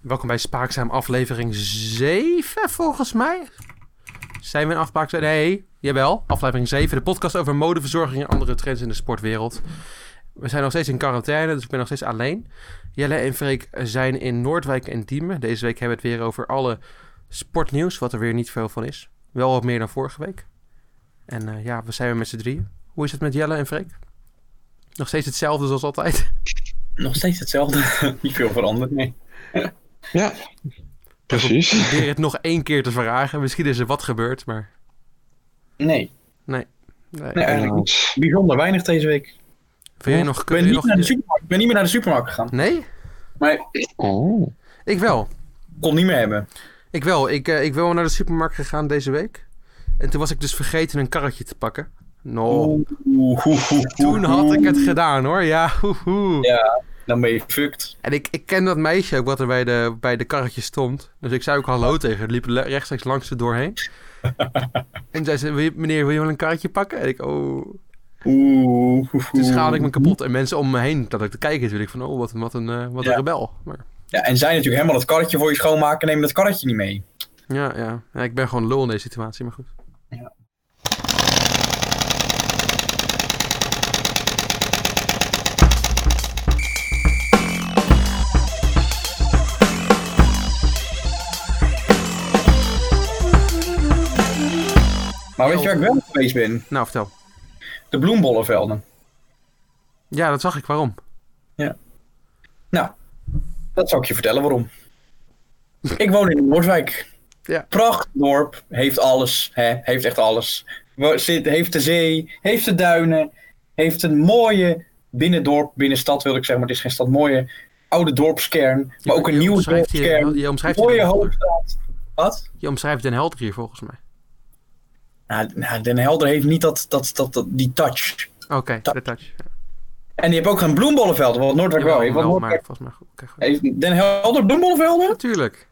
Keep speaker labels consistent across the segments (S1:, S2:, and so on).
S1: Welkom bij Spaakzaam aflevering 7, volgens mij. Zijn we in afspraak? Nee, jawel. Aflevering 7, de podcast over modeverzorging en andere trends in de sportwereld. We zijn nog steeds in quarantaine, dus ik ben nog steeds alleen. Jelle en Freek zijn in Noordwijk en Diemen. Deze week hebben we het weer over alle sportnieuws, wat er weer niet veel van is. Wel wat meer dan vorige week. En eh, ja, we zijn weer met z'n drieën. Hoe is het met Jelle en Freek? Nog steeds hetzelfde zoals altijd.
S2: Nog steeds hetzelfde. Niet veel veranderd, nee.
S3: Ja, precies.
S1: Ik probeer het nog één keer te vragen. Misschien is er wat gebeurd, maar...
S2: Nee,
S1: Nee.
S2: nee eigenlijk niet. bijzonder weinig deze week.
S1: Wil jij nog...
S2: Ik
S1: kun
S2: ben,
S1: je
S2: niet
S1: nog
S2: naar de supermarkt, ik ben niet meer naar de supermarkt gegaan.
S1: Nee?
S2: Maar ik
S3: Oh,
S1: Ik wel.
S2: kon niet meer hebben.
S1: Ik wel. Ik, eh, ik ben wel naar de supermarkt gegaan deze week. En toen was ik dus vergeten een karretje te pakken. No.
S2: Oeh, oeh, oeh, oeh,
S1: Oh. Toen had
S2: oeh.
S1: ik het gedaan hoor. Ja, hoehoe.
S2: Ja. Dan ben je fucked.
S1: En ik, ik ken dat meisje ook wat er bij de, bij de karretje stond. Dus ik zei ook hallo tegen. haar. liep le- rechtstreeks langs er doorheen. en zei ze, "Wil je- meneer, wil je wel een karretje pakken? En ik, oh.
S2: Oeh, oeh, oeh.
S1: Toen schaalde ik me kapot. En mensen om me heen dat ik te kijken natuurlijk van, oh, wat, een- wat een, eh, wat een
S2: Ja.
S1: rebel. Maar,
S2: Ja, en zij natuurlijk helemaal dat karretje voor je schoonmaken, neem dat karretje niet mee.
S1: ja, ja, ja. Ik ben gewoon lul in deze situatie, maar goed.
S2: Maar weet je waar ik wel geweest ben?
S1: Nou, vertel.
S2: De bloembollenvelden.
S1: Ja, dat zag ik. Waarom?
S2: Nou, Dat zal ik je vertellen waarom. Ik woon in Noordwijk.
S1: Ja.
S2: Prachtdorp. Heeft alles. Hè? Heeft echt alles. Wo- Zit, heeft de zee. Heeft de duinen. Heeft een mooie binnendorp, binnenstad wil ik zeggen. Maar het is geen stad. Mooie oude dorpskern. Maar ook een
S1: Je
S2: nieuwe
S1: omschrijft hier-
S2: dorpskern.
S1: Je omschrijft hier
S2: mooie
S1: Den Helder.
S2: hoofdstad. Wat?
S1: Je omschrijft Den Helder hier volgens mij.
S2: Nou, nou, Den Helder heeft niet dat, dat, dat, dat, die touch.
S1: Oké,
S2: Ta-
S1: de touch. Ja,
S2: En die heeft ook geen bloembollenvelden. Wat Noordwijk wel heeft. Want
S1: wel, maar
S2: Noordwijk
S1: volgens mij goed. Oké, goed.
S2: heeft Den Helder bloembollenvelden.
S1: Natuurlijk.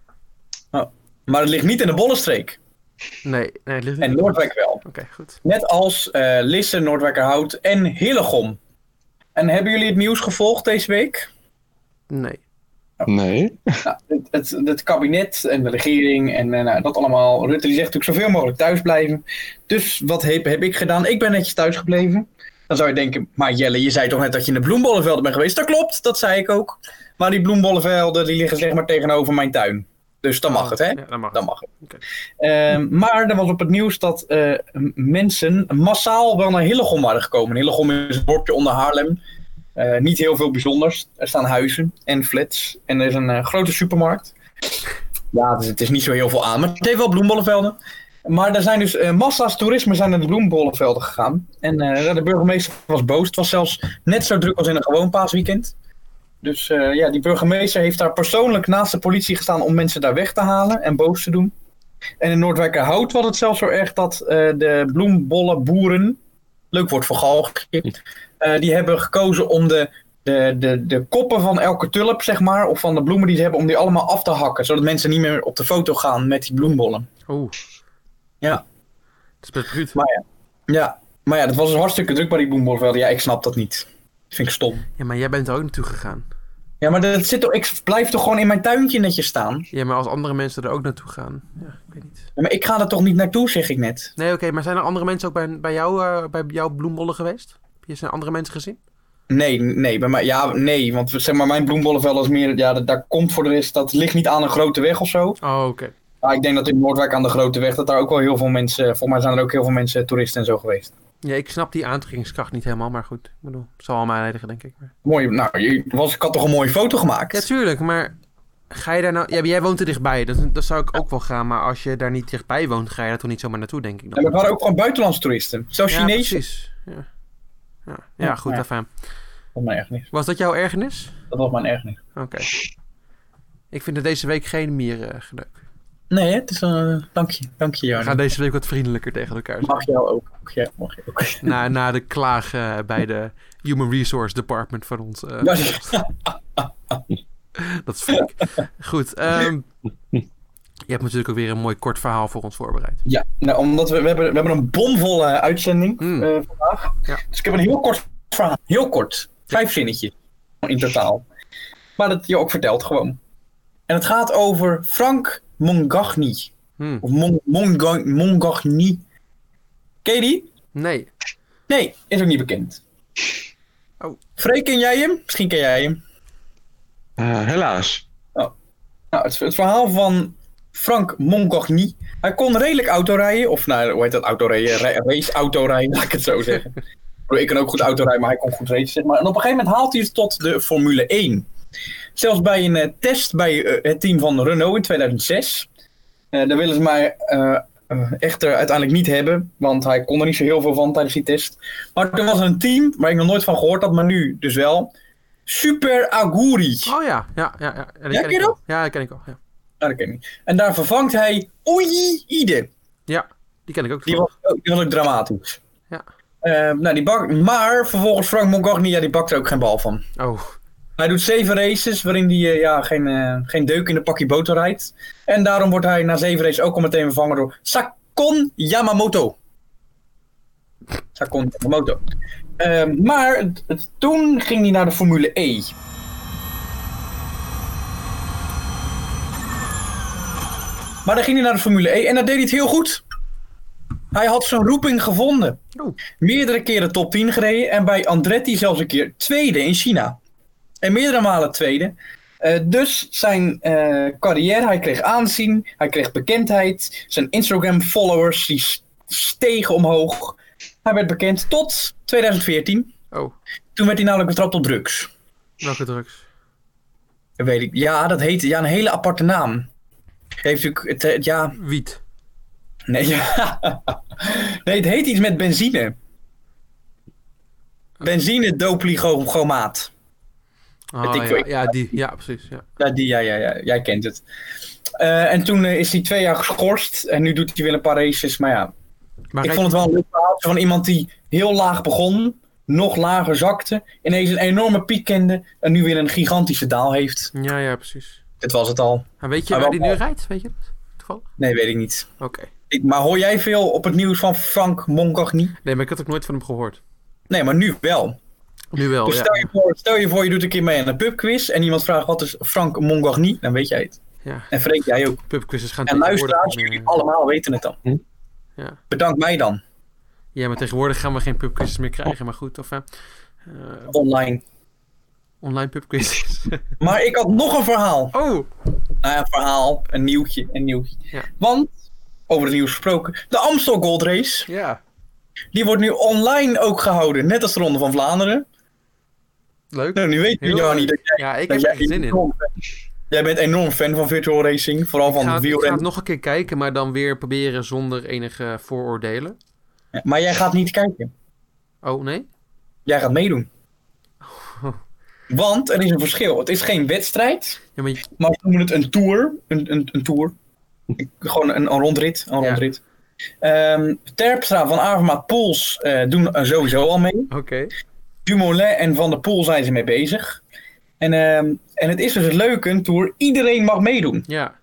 S2: Maar het ligt niet in de bollenstreek.
S1: Nee, nee, het ligt niet.
S2: En Noordwijk wel.
S1: Oké, goed.
S2: Net als eh Lisse, Noordwijkerhout en Hillegom. En hebben jullie het nieuws gevolgd deze week?
S1: Nee.
S3: nee.
S2: Nou, het, het, het kabinet en de regering en eh, nou, dat allemaal. Rutte die zegt natuurlijk zoveel mogelijk thuis blijven. Dus wat heb, heb ik gedaan? Ik ben netjes thuis gebleven. Dan zou je denken, maar Jelle, je zei toch net dat je in de bloembollenvelden bent geweest? Dat klopt, dat zei ik ook. Maar die bloembollenvelden die liggen zeg maar tegenover mijn tuin. Dus dan mag het, hè?
S1: Oh, Ja, dan mag
S2: Dan
S1: het.
S2: mag het.
S1: Oké.
S2: Ehm, maar er was op het nieuws dat eh, m- mensen massaal wel naar Hillegom waren gekomen. Hillegom is een dorpje onder Haarlem. Eh, niet heel veel bijzonders. Er staan huizen en flats. En er is een eh, grote supermarkt. Ja, dus het is niet zo heel veel aan. Maar het heeft wel bloembollenvelden. Maar er zijn dus eh, massa's toerisme zijn naar de bloembollenvelden gegaan. En eh, de burgemeester was boos. Het was zelfs net zo druk als in een gewoon paasweekend. Dus eh, ja, die burgemeester heeft daar persoonlijk naast de politie gestaan om mensen daar weg te halen en boos te doen. En in Noordwijkerhout was het zelfs zo erg dat eh, de bloembollenboeren, leuk woord voor galgje, eh, die hebben gekozen om de, de, de, de koppen van elke tulp, zeg maar, of van de bloemen die ze hebben, om die allemaal af te hakken. Zodat mensen niet meer op de foto gaan met die bloembollen.
S1: Oeh.
S2: Ja.
S1: Het is best bruut.
S2: Maar- Ja, maar ja, dat was dus hartstikke druk bij die bloembollenvelden. Ja, ik snap dat niet. Dat vind ik stom.
S1: Ja, maar jij bent er ook naartoe gegaan.
S2: Ja, maar dat zit, toch- ik blijf toch gewoon in mijn tuintje netjes staan.
S1: Ja, maar als andere mensen er ook naartoe gaan. Ja, ik weet niet.
S2: Ja, maar ik ga er toch niet naartoe, zeg ik net.
S1: Nee, oké, maar zijn er andere mensen ook bij, bij, jou, eh, bij jouw bloembollen geweest? Heb je zijn andere mensen gezien?
S2: Nee, nee, bij mij, ja, nee, want zeg maar, mijn bloembollenvel is meer, ja, dat, daar komt voor de rest, dat ligt niet aan een grote weg of zo.
S1: Oh, oké.
S2: Maar ik denk dat in Noordwijk aan de grote weg, dat daar ook wel heel veel mensen, volgens mij zijn er ook heel veel mensen, toeristen en zo geweest.
S1: Ja, ik snap die aantrekkingskracht niet helemaal, maar goed. Ik bedoel, het zal allemaal aanleidigen, denk ik. Maar...
S2: Mooi, nou, je, was, ik had toch een mooie foto
S1: Ja,
S2: gemaakt?
S1: tuurlijk, maar ga je daar nou... Ja, maar jij woont er dichtbij, dat, dat zou ik ook wel gaan. Maar als je daar niet dichtbij woont, ga je daar toch niet zomaar naartoe, denk ik
S2: En
S1: dan.
S2: dat waren ook gewoon buitenlandse toeristen, zelfs
S1: Ja,
S2: Chinezen.
S1: precies. Ja, ja. ja goed,
S2: ja.
S1: afijn.
S2: Dat was mijn ergernis,
S1: Was dat jouw ergernis?
S2: dat was mijn ergernis.
S1: Oké. Ik vind er deze week geen mieren gelukt.
S2: Nee, hè, het is een, dank je, dank je,
S1: We
S2: Jarno.
S1: gaan deze week wat vriendelijker tegen elkaar zijn.
S2: Mag jou ook, mag jij- mag je ook.
S1: Na, na de klagen eh, bij de Human Resource Department van ons. eh,
S2: Ja, ja.
S1: Dat is flink. Goed. ehm, je hebt natuurlijk ook weer een mooi kort verhaal voor ons voorbereid.
S2: Ja, nou, omdat we, we, hebben, we hebben een bomvolle uitzending
S1: Hmm.
S2: eh, vandaag.
S1: Ja.
S2: Dus ik heb een heel kort verhaal. Heel kort. Vijf zinnetjes in totaal. Maar dat je ook vertelt gewoon. En het gaat over Frank Mongagni.
S1: Hm,
S2: Of Mon- Monga- Mongagni. Ken je die?
S1: Nee.
S2: Nee, is ook niet bekend.
S1: Oh.
S2: Freek, ken jij hem? Misschien ken jij hem.
S3: Eh, helaas.
S2: Nou, het, het verhaal van Frank Mongagni. Hij kon redelijk autorijden. Of nou, hoe heet dat? Autorijden? Ra- race autorijden, laat ik het zo zeggen. Ik bedoel, Ik kan ook goed autorijden, maar hij kon goed racen. zeg Maar. En op een gegeven moment haalt hij het tot de Formule 1. Zelfs bij een eh, test bij eh, het team van Renault in 2006. Eh, daar willen ze mij eh, eh, echter uiteindelijk niet hebben. Want hij kon er niet zo heel veel van tijdens die test. Maar toen was er een team waar ik nog nooit van gehoord had, maar nu dus wel. Super Aguri.
S1: Oh ja, ja, ja. ja. En
S2: Ja,
S1: die
S2: ken
S1: ken
S2: je
S1: ik
S2: dat?
S1: al. Ja, die ken ik al. Ja,
S2: Ah, dat ken ik niet. En daar vervangt hij Oei Ide.
S1: ja die ken ik ook.
S2: Die was, ook- die was ook dramatisch.
S1: Ja.
S2: Eh, nou, die bak, maar vervolgens Frank Mongagni, ja, die bakt er ook geen bal van.
S1: Oh,
S2: Hij doet zeven races waarin hij eh, ja, geen, eh, geen deuk in de pakje boter rijdt. En daarom wordt hij na zeven races ook al meteen vervangen door Sakon Yamamoto. Sakon Yamamoto. Eh, maar het- het- toen ging hij naar de Formule E. Maar dan ging hij naar de Formule E en dat deed hij het heel goed. Hij had zijn roeping gevonden.
S1: Oh.
S2: Meerdere keren top 10 gereden en bij Andretti zelfs een keer tweede in China. En meerdere malen tweede. Eh, dus zijn eh, carrière, hij kreeg aanzien, hij kreeg bekendheid. Zijn Instagram-followers die s- stegen omhoog. Hij werd bekend tot 2014.
S1: oh.
S2: Toen werd hij namelijk betrapt op drugs.
S1: Welke drugs?
S2: Dat weet ik. Ja, dat heette ja, een hele aparte naam. Heeft natuurlijk. Het, eh, ja,
S1: Wiet.
S2: nee, ja. nee, het heet iets met benzine. Benzine dopligomaat.
S1: Oh,
S2: Ik-
S1: ja, ja, die. Ja, precies. Ja.
S2: Ja, die, ja, ja, ja, jij kent het. Eh, en toen eh, is hij twee jaar geschorst en nu doet hij weer een paar races. Maar ja,
S1: Maar
S2: ik
S1: reed-
S2: vond het wel een leuk verhaal van iemand die heel laag begon, nog lager zakte, ineens een enorme piek kende en nu weer een gigantische daal heeft.
S1: Ja, ja, precies.
S2: Dit was het al.
S1: En weet je
S2: Maar
S1: waar
S2: Ah, wel
S1: die nu rijdt? Weet je dat? Toevallig?
S2: Nee, weet ik niet.
S1: Oké.
S2: Ik, maar hoor jij veel op het nieuws van Frank Mongagni?
S1: Nee, maar ik had ook nooit van hem gehoord.
S2: Nee, maar nu wel.
S1: Nu wel, Oh,
S2: Dus
S1: ja.
S2: stel, je voor, stel je voor, je doet een keer mee aan een pubquiz en iemand vraagt wat is Frank Mongagni? Dan weet jij het.
S1: ja.
S2: En Freek, jij ook.
S1: Pubquizzes gaan
S2: En luisteraars,
S1: niet
S2: jullie
S1: meer-
S2: allemaal weten het dan.
S1: Ja.
S2: Bedank mij dan,
S1: Ja, maar tegenwoordig gaan we geen pubquizzes meer krijgen. Maar goed, of eh, eh,
S2: online.
S1: online pubquizzes.
S2: Maar ik had nog een verhaal.
S1: oh!
S2: Nou ja, een verhaal, een nieuwtje, een nieuwtje.
S1: Ja.
S2: Want, over het nieuws gesproken, de Amstel Gold Race,
S1: Ja.
S2: die wordt nu online ook gehouden. Net als de Ronde van Vlaanderen.
S1: Leuk.
S2: Nou, nu weet je,
S1: Heel
S2: Johnny,
S1: leuk.
S2: dat jij,
S1: Ja, ik
S2: dat
S1: heb
S2: jij
S1: er zin in.
S2: enorm- Jij bent enorm fan van virtual racing, vooral
S1: Ik
S2: van
S1: ga, het- ik ga het
S2: wielrennen.
S1: nog een keer kijken, maar dan weer proberen zonder enige vooroordelen.
S2: Maar jij gaat niet kijken.
S1: Oh, nee?
S2: Jij gaat meedoen.
S1: Oh.
S2: Want er is een verschil. Het is geen wedstrijd,
S1: Ja, maar je-
S2: maar we noemen het een tour. Een, een, een tour. Ik- Gewoon een, een rondrit. Een
S1: Ja.
S2: rondrit. Ehm, Terpstra van Avermaat Pools eh, doen er sowieso al mee.
S1: Oké.
S2: Dumoulin en Van der Poel zijn ze mee bezig. En, ehm, en het is dus het leuke, een tour, iedereen mag meedoen.
S1: Ja.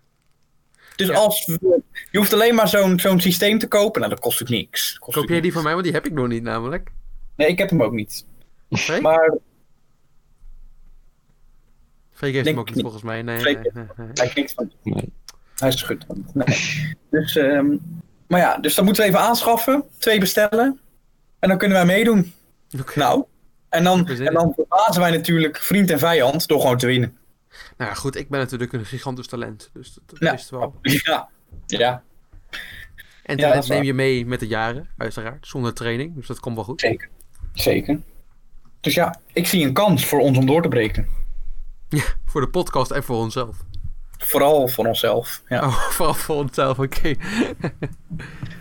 S2: Dus
S1: Ja.
S2: als we- je hoeft alleen maar zo'n zo'n systeem te kopen. Nou, dat kost natuurlijk niks. Dat kost
S1: Koop jij
S2: natuurlijk
S1: die van mij? Want die heb ik nog niet namelijk.
S2: niks. Nee, ik heb hem ook niet.
S1: Freek?
S2: Maar
S1: Freek heeft
S2: Denk
S1: hem ook
S2: ik
S1: niet, volgens mij. Nee, nee,
S2: Freek
S1: nee, nee.
S2: daar heb ik niks van.
S3: Nee.
S2: Hij is schud. Nee. Dus, ehm, maar ja, dus dat moeten we even aanschaffen. Twee bestellen. En dan kunnen wij meedoen.
S1: Oké.
S2: Nou. En dan,
S1: Verzinnen.
S2: en dan verbazen wij natuurlijk vriend en vijand door gewoon te winnen.
S1: Nou ja, goed, ik ben natuurlijk een gigantisch talent. Dus dat, dat
S2: Ja.
S1: is het wel.
S2: Ja.
S1: En
S2: Ja. Ja, dat
S1: talent
S2: is
S1: neem
S2: waar.
S1: je mee met de jaren, uiteraard. Zonder training, dus dat komt wel goed.
S2: Zeker. Zeker. Dus ja, ik zie een kans voor ons om door te breken.
S1: Voor de podcast en voor onszelf.
S2: Vooral voor onszelf. Ja.
S1: Oh, vooral voor onszelf, oké.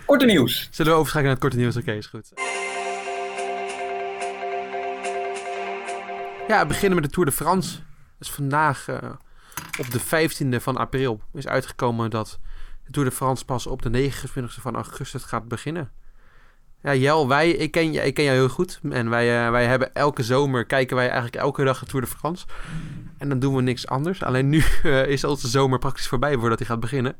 S2: Korte nieuws.
S1: Zullen we overschakelen naar het korte nieuws? Oké, is goed. Ja, we beginnen met de Tour de France. Dus vandaag eh, op de 15e van april is uitgekomen dat de Tour de France pas op de 29e van augustus gaat beginnen. Ja, Jel, wij, ik ken, je- ik ken jou heel goed. En wij, eh, wij hebben elke zomer, kijken wij eigenlijk elke dag de Tour de France. En dan doen we niks anders. Alleen nu eh, is onze zomer praktisch voorbij voordat hij gaat beginnen.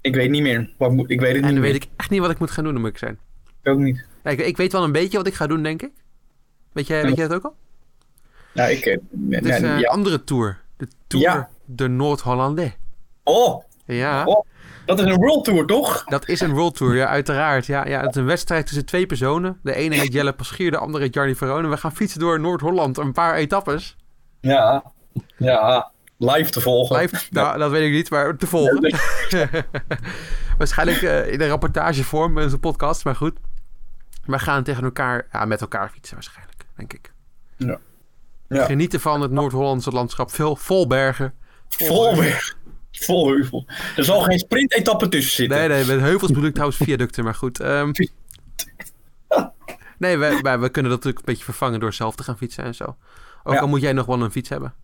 S2: Ik weet niet meer. Wat moet, ik weet het
S1: En
S2: niet
S1: dan weet
S2: meer.
S1: ik echt niet wat ik moet gaan doen, dan moet ik zijn.
S2: Ik ook niet.
S1: Ja, ik, ik weet wel een beetje wat ik ga doen, denk ik. Weet jij, weet jij dat ook al?
S2: Ja, ik, eh,
S1: Het is
S2: ja,
S1: een
S2: ja,
S1: andere tour. De tour
S2: Ja.
S1: de Noord-Hollandais.
S2: Oh,
S1: Ja,
S2: Oh. dat is een World Tour, toch?
S1: dat is een World Tour, ja, uiteraard. Ja, ja, het is een wedstrijd tussen twee personen. De ene heet Jelle Paschier, de andere heet Jarny Verone. We gaan fietsen door Noord-Holland, een paar etappes.
S2: Ja, ja. Live te volgen.
S1: Blijft, nou, dat weet ik niet, maar te volgen. Waarschijnlijk eh, in een rapportagevorm in onze podcast, maar goed. We gaan tegen elkaar, ja, met elkaar fietsen waarschijnlijk, denk ik.
S2: Ja. Ja.
S1: Genieten van het Noord-Hollandse landschap. Veel vol bergen.
S2: Vol weer. Vol heuvel. Er zal geen sprintetappe tussen zitten.
S1: Nee, nee, met heuvels bedoel ik trouwens viaducten, maar goed. ehm. nee, we, maar we kunnen dat natuurlijk een beetje vervangen door zelf te gaan fietsen en zo. Ook
S2: Ja.
S1: al moet jij nog wel een fiets hebben.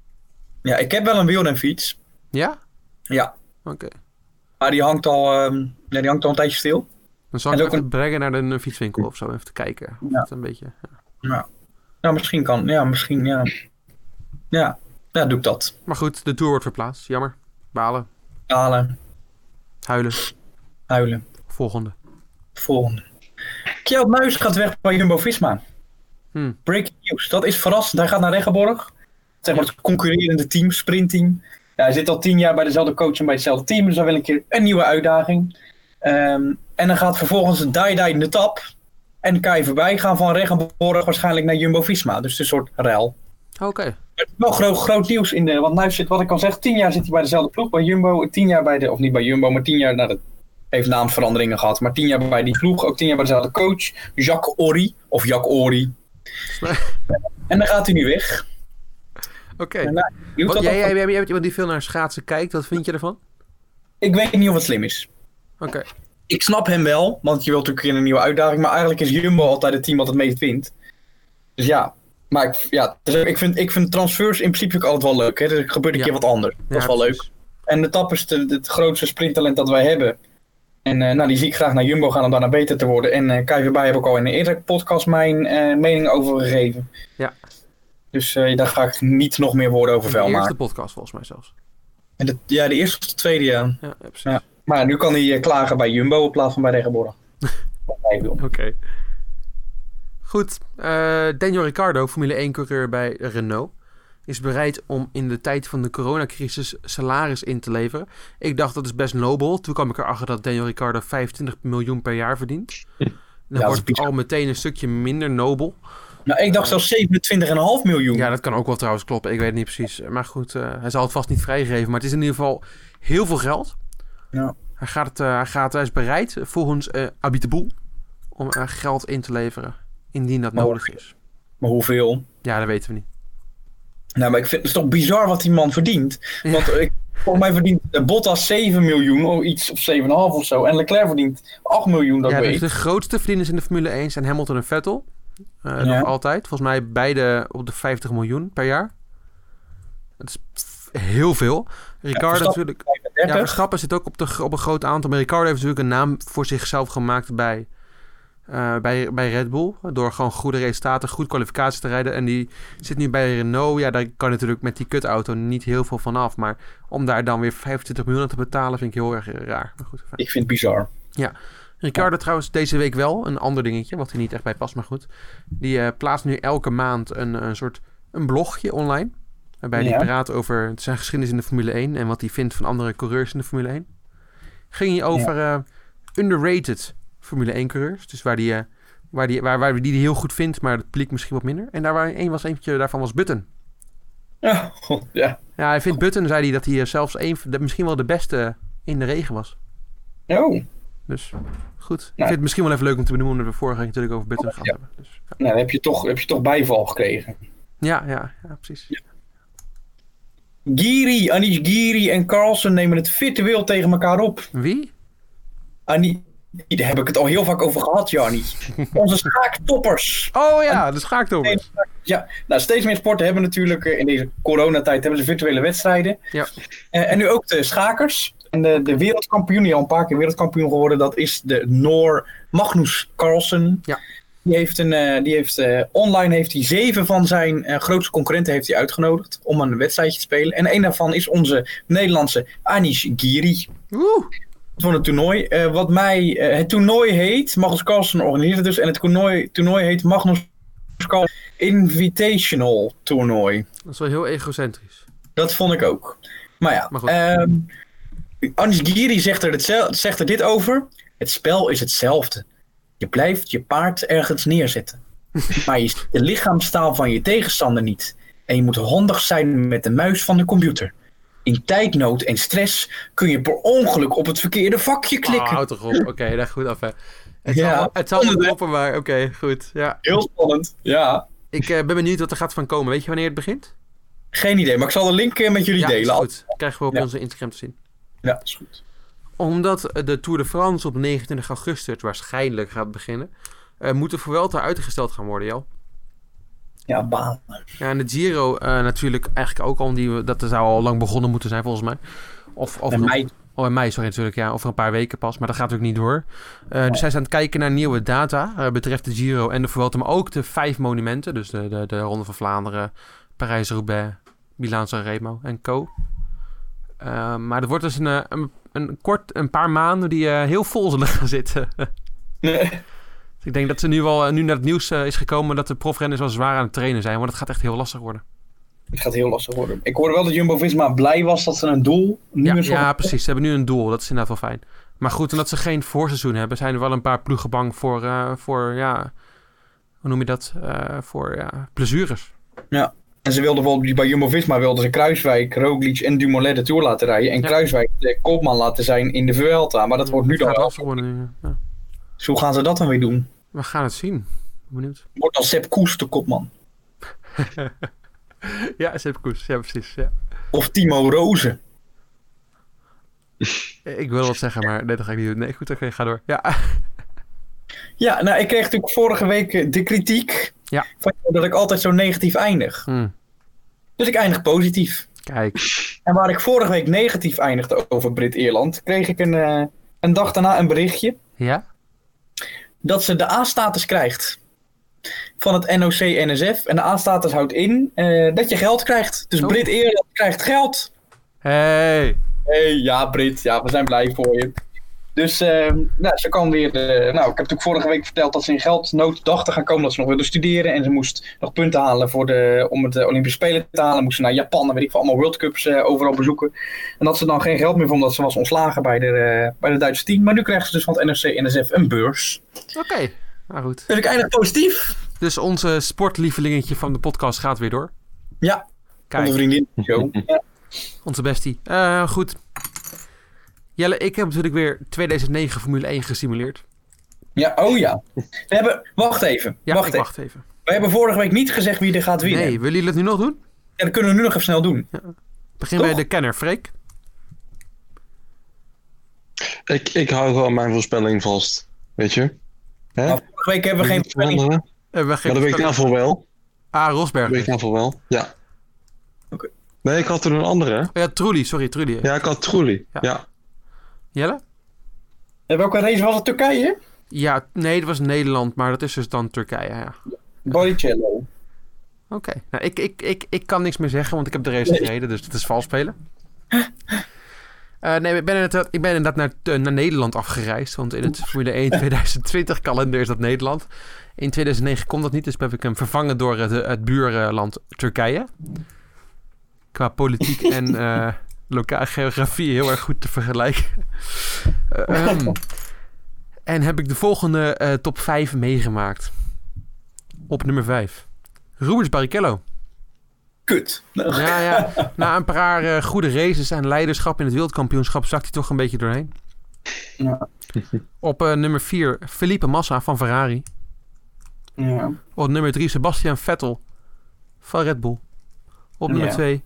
S2: Ja, ik heb wel een wielrenfiets.
S1: Ja?
S2: Ja,
S1: Oké.
S2: maar die hangt al, ehm, ja, die hangt al een tijdje stil.
S1: Dan zal ik
S2: En
S1: hem
S2: ook
S1: even brengen naar een eh, fietswinkel of zo, even te kijken. of
S2: Ja.
S1: het Een beetje.
S2: Nou, misschien kan. Ja, misschien, ja. Ja, ja doe ik dat.
S1: Maar goed, de tour wordt verplaatst. Jammer. Balen,
S2: Halen,
S1: huilen,
S2: huilen.
S1: volgende.
S2: Volgende. Kjeld Nuis gaat weg bij Jumbo-Visma.
S1: Hmm.
S2: Breaking news. Dat is verrassend. Hij gaat naar Regenborg. Zeg maar het concurrerende team, sprintteam. Ja, hij zit al tien jaar bij dezelfde coach en bij hetzelfde team. Dus dan wil een keer een nieuwe uitdaging. Ehm, en dan gaat vervolgens Dai Dai in de tap. En Kai voorbij gaan van Regenborg waarschijnlijk naar Jumbo-Visma. Dus het is een soort rel.
S1: Oké.
S2: Wel groot, groot nieuws in de. Want Nuis zit, wat ik al zeg, tien jaar zit hij bij dezelfde ploeg. Bij Jumbo, tien jaar bij de. Of niet bij Jumbo, maar tien jaar. Nou, dat heeft naamsveranderingen gehad. Maar tien jaar bij die ploeg. Ook tien jaar bij dezelfde coach. Jacques Ori. Of Jacques Ori. en dan gaat hij nu weg.
S1: Oké.
S2: En nou, nieuws
S1: Wat- Jij,
S2: dat dat-
S1: jij, jij bent iemand die veel naar schaatsen kijkt. Wat vind je ervan?
S2: Ik weet niet of het slim is.
S1: Oké.
S2: Ik snap hem wel. Want je wilt natuurlijk in een nieuwe uitdaging. Maar eigenlijk is Jumbo altijd het team wat het meest wint. Dus ja. Maar ik, ja, dus ik, vind, ik vind transfers in principe ook altijd wel leuk. Hè? Dus Er gebeurt een
S1: Ja.
S2: keer wat anders. Dat is
S1: Ja,
S2: wel leuk.
S1: precies.
S2: En de Tap is de- het grootste sprinttalent dat wij hebben. En eh, nou, die zie ik graag naar Jumbo gaan om daarna beter te worden. En eh KVB heb ik al in een eerdere podcast mijn eh, mening over gegeven.
S1: Ja.
S2: Dus eh, daar ga ik niet nog meer woorden over vuil
S1: de
S2: maken.
S1: eerste podcast volgens mij zelfs.
S2: En de- ja, de eerste of de tweede, ja.
S1: Ja, ja, precies.
S2: Ja. Maar nu kan hij eh, klagen bij Jumbo in plaats van bij Regenborg. Wat hij wil.
S1: Oké. Goed. eh, Daniel Ricciardo, Formule 1-coureur bij Renault, is bereid om in de tijd van de coronacrisis salaris in te leveren. Ik dacht dat is best nobel. Toen kwam ik erachter dat Daniel Ricciardo 25 miljoen per jaar verdient. Dan
S2: dat is
S1: wordt het
S2: bizar.
S1: al meteen een stukje minder nobel.
S2: Nou, ik dacht zelfs 27,5 miljoen.
S1: Eh, Ja, dat kan ook wel trouwens kloppen. Ik weet het niet precies. Maar goed, eh, hij zal het vast niet vrijgeven. Maar het is in ieder geval heel veel geld.
S2: Ja.
S1: Hij, gaat het, eh, hij, gaat, hij is bereid, eh, volgens eh Abit de Boel, om eh, geld in te leveren. Indien dat
S2: Maar
S1: nodig is.
S2: Maar hoeveel?
S1: Ja, dat weten we niet.
S2: Nou, maar ik vind het is toch bizar wat die man verdient.
S1: Ja.
S2: Want ik, volgens mij verdient eh, Bottas 7 miljoen of iets, of 7,5 of zo. En Leclerc verdient 8 miljoen, dat
S1: ja,
S2: weet
S1: dus
S2: ik.
S1: de grootste verdieners in de Formule 1 zijn Hamilton en Vettel. Eh,
S2: Ja.
S1: Nog altijd. Volgens mij beide op de 50 miljoen per jaar. Dat is f- heel veel. Ricardo
S2: Verstappen
S1: natuurlijk. Ja,
S2: 35.
S1: Verstappen zit ook op, de, gro- op een groot aantal. Maar Ricardo heeft natuurlijk een naam voor zichzelf gemaakt bij, eh, bij, bij Red Bull. Door gewoon goede resultaten, goed kwalificaties te rijden. En die zit nu bij Renault. Ja, daar kan natuurlijk met die kutauto niet heel veel van af. Maar om daar dan weer 25 miljoen aan te betalen vind ik heel erg eh, raar. Maar goed, fijn.
S2: Ik vind het bizar.
S1: Ricardo trouwens deze week wel een ander dingetje, wat hij niet echt bij past, maar goed. Die eh, plaatst nu elke maand een, eh, soort een blogje online. Waarbij hij
S2: Ja.
S1: praat over zijn geschiedenis in de Formule 1 en wat hij vindt van andere coureurs in de Formule 1. Ging hij over eh, underrated Formule 1 coureurs. Dus waar, die, eh, waar, die, waar, waar die die heel goed vindt, maar het publiek misschien wat minder. En daar waar één was, eentje daarvan was Button.
S2: Ja, ja.
S1: Ja, hij vindt Button, zei hij, dat hij eh, zelfs een, van de- misschien wel de beste in de regen was.
S2: Oh,
S1: Dus goed. Ik
S2: Ja. Oh,
S1: vind het misschien wel even leuk om te benoemen... omdat we vorige keer natuurlijk over Button gehad
S2: Ja.
S1: hebben. Dus, ja.
S2: nou, dan heb je, toch, heb je toch bijval gekregen.
S1: Ja, ja, ja, precies.
S2: Giri, Anish Giri en Carlsen nemen het virtueel tegen elkaar op.
S1: Wie?
S2: Ani, daar heb ik het al heel vaak over gehad, Jannie. Onze schaaktoppers.
S1: Oh ja, de schaaktoppers.
S2: Ja, nou, steeds meer sporten hebben natuurlijk eh, in deze coronatijd hebben ze virtuele wedstrijden.
S1: Ja.
S2: Eh, en nu ook de schakers. En de, de wereldkampioen, die al een paar keer wereldkampioen geworden, dat is de Noor Magnus Carlsen.
S1: Ja.
S2: Die heeft een, eh, die heeft, eh, online heeft hij zeven van zijn eh, grootste concurrenten heeft hij uitgenodigd om een wedstrijdje te spelen. En een daarvan is onze Nederlandse Anish Giri
S1: Woe!
S2: van het toernooi. Eh, wat mij, eh, het toernooi heet, Magnus Carlsen organiseert het dus, en het toernooi, toernooi heet Magnus Carlsen Invitational Toernooi.
S1: Dat is wel heel egocentrisch.
S2: Dat vond ik ook. Maar ja,
S1: Maar goed.
S2: ehm Anish Giri zegt er, hetzel- zegt er dit over. Het spel is hetzelfde. Je blijft je paard ergens neerzetten. maar je ziet de lichaamstaal van je tegenstander niet. En je moet handig zijn met de muis van de computer. In tijdnood en stress kun je per ongeluk op het verkeerde vakje
S1: Oh,
S2: klikken.
S1: houd toch op. Oké, daar goed af. Hè. Het
S2: Ja.
S1: zal, het zal wel kloppen, maar oké, goed. Ja.
S2: Heel spannend, ja.
S1: Ik eh, ben benieuwd wat er gaat van komen. Weet je wanneer het begint?
S2: Geen idee, maar ik zal de link eh, met jullie
S1: ja, is
S2: delen.
S1: goed. Krijgen we op
S2: Ja.
S1: onze Instagram te zien.
S2: Ja, is goed.
S1: Omdat eh, de Tour de France op 29 augustus waarschijnlijk gaat beginnen, eh moet de Vuelta uitgesteld gaan worden, Jel.
S2: Ja, baan.
S1: Ja, en de Giro eh, natuurlijk eigenlijk ook al, die, we- dat zou al lang begonnen moeten zijn volgens mij. Of, of
S2: En mij
S1: Oh, in mei, sorry natuurlijk, ja. Over een paar weken pas. Maar dat gaat natuurlijk niet door. Eh, Dus zij zijn aan het kijken naar nieuwe data. eh, betreft de Giro en de Vuelta, maar ook de vijf monumenten. Dus de, de, de Ronde van Vlaanderen, Parijs-Roubaix, Milaan-San Remo en co. Eh, maar dat wordt dus een, eh, een, een kort, een paar maanden die eh, heel vol zullen gaan zitten.
S2: Nee.
S1: Dus ik denk dat ze nu wel, eh, nu naar het nieuws eh, is gekomen dat de profrenners wel zwaar aan het trainen zijn. Want het gaat echt heel lastig worden.
S2: Het gaat heel lastig worden. Ik hoorde wel dat Jumbo-Visma blij was dat ze een doel nu
S1: Ja,
S2: een soort-
S1: ja, precies. Ze hebben nu een doel. Dat is inderdaad wel fijn. Maar goed, omdat ze geen voorseizoen hebben, zijn er wel een paar ploegen bang voor, eh, voor ja, hoe noem je dat? Eh, voor ja, plezures.
S2: En ze wilden bijvoorbeeld bij Jumbo-Visma wilden ze Kruiswijk, Roglic en Dumoulin de Tour laten rijden. En
S1: Ja. Mm,
S2: Kruiswijk de kopman laten zijn in de Vuelta. Maar dat wordt nu dan
S1: Gaat
S2: wel.
S1: lastig worden nu, ja.
S2: Dus hoe gaan ze dat dan weer doen?
S1: We gaan het zien. Benieuwd.
S2: Wordt dan Sepp Koes de kopman?
S1: Ja, Sepp Koes. Ja, precies. Ja.
S2: Of Timo Rozen?
S1: Ik wil wat zeggen, maar nee, dat ga ik niet doen. Nee, goed, oké, ga door. Ja,
S2: Ja, nou ik kreeg natuurlijk vorige week eh, de kritiek
S1: Ja.
S2: van dat ik altijd zo negatief eindig.
S1: Hm,
S2: Dus ik eindig positief.
S1: kijk.
S2: En waar ik vorige week negatief eindigde over Brit-Ierland, kreeg ik een, eh, een dag daarna een berichtje
S1: Ja?
S2: dat ze de A-status krijgt van het NOC-NSF. En de A-status houdt in eh, dat je geld krijgt. Dus
S1: Oh.
S2: Brit Eerland krijgt geld.
S1: Hey.
S2: hey, ja Brit, ja, we zijn blij voor je. Dus eh, nou, ze kan weer... eh, nou, ik heb natuurlijk vorige week verteld dat ze in geldnood dacht te gaan komen... dat ze nog wilde studeren en ze moest nog punten halen voor de, om het eh, Olympische Spelen te halen. Moest ze naar Japan en weet ik veel, allemaal World Cups eh, overal bezoeken. En dat ze dan geen geld meer vond omdat ze was ontslagen bij de, eh, bij de Duitse team. Maar nu krijgt ze dus van het NOC-NSF een beurs.
S1: Oké. Nou goed.
S2: Dus ik eindig positief.
S1: Dus onze sportlievelingetje van de podcast gaat weer door.
S2: Ja,
S1: Kijk.
S2: Onze vriendin. Zo. Ja.
S1: Onze bestie. Eh, goed. Jelle, ik heb natuurlijk weer 2009 Formule 1 gesimuleerd.
S2: ja, oh ja. We hebben, wacht even.
S1: Ja,
S2: wacht
S1: ik
S2: even.
S1: wacht even.
S2: We hebben vorige week niet gezegd wie er gaat winnen.
S1: Nee, willen jullie dat nu nog doen?
S2: Ja, dat kunnen we nu nog even snel doen.
S1: Begin
S2: Toch?
S1: bij de kenner, Freek. Eh,
S3: Ik, ik hou gewoon mijn voorspelling vast. Weet je? Hè?
S2: Nou, vorige week hebben we geen
S3: Niet veranderen.
S2: voorspelling.
S1: Eh, we
S3: Maar
S1: geven
S3: de week daarvoor wel.
S1: Ah,
S3: De
S1: Rosberg.
S3: week daarvoor wel. Ja.
S2: Oké.
S3: Nee, ik had er een andere.
S1: Ja, Trulli, sorry, Trulli.
S3: Ja, ik had Troelie.
S1: Ja.
S3: Ja.
S1: Jelle?
S2: En eh, welke race was het? Turkije?
S1: Ja, nee, dat was Nederland, maar dat is dus dan Turkije, ja.
S2: Baricello.
S1: Oké. Nou, ik, ik, ik, ik kan niks meer zeggen, want ik heb de race gereden, dus dat is vals spelen. Eh, nee, ik ben inderdaad, ik ben inderdaad naar, eh, naar Nederland afgereisd. Want in het Formule 1 2020 kalender is dat Nederland. In 2009 kon dat niet, dus heb ik hem vervangen door het, eh, het buurland Turkije. Qua politiek en eh, lokale geografie heel erg goed te vergelijken. Eh, ehm, en heb ik de volgende eh, top 5 meegemaakt. Op nummer 5. Rubens Barrichello.
S2: Kut.
S1: Ja, ja. Na een paar eh, goede races en leiderschap in het wereldkampioenschap zakt hij toch een beetje doorheen.
S2: Ja.
S1: Op eh, nummer 4 Felipe Massa van Ferrari.
S2: Ja.
S1: Op nummer 3 Sebastian Vettel van Red Bull. Op nummer
S2: Ja.
S1: 2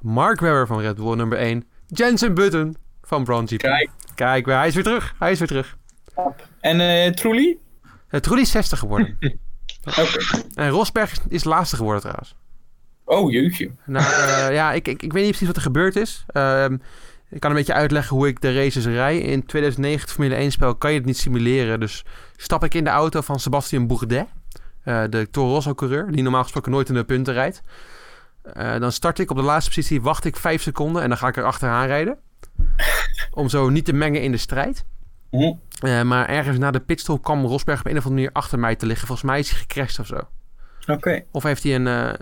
S1: Mark Webber van Red Bull. Nummer 1 Jensen Button van Brown GP.
S2: Kijk.
S1: Kijk, hij is weer terug. Hij is weer terug.
S2: En eh Trulli?
S1: Het Rudy is 60 geworden.
S2: Oké.
S1: en Rosberg is- is laatste geworden trouwens.
S2: Oh, jeugdje.
S1: Nou, eh, ja, ik, ik, ik weet niet precies wat er gebeurd is. Ehm, ik kan een beetje uitleggen hoe ik de races rij. In 2009 het Formule 1 spel kan je het niet simuleren. Dus stap ik in de auto van Sebastian Bourdet, eh, de Toro Rosso coureur, die normaal gesproken nooit in de punten rijdt. Eh, dan start ik op de laatste positie, wacht ik 5 seconden en dan ga ik er achteraan rijden. Om zo niet te mengen in de strijd.
S2: Mhm.
S1: Eh, maar ergens na de pitstop kwam Rosberg op een of andere manier achter mij te liggen. Volgens mij is hij gecrashed of zo.
S2: Oké.
S1: Of heeft hij een, eh,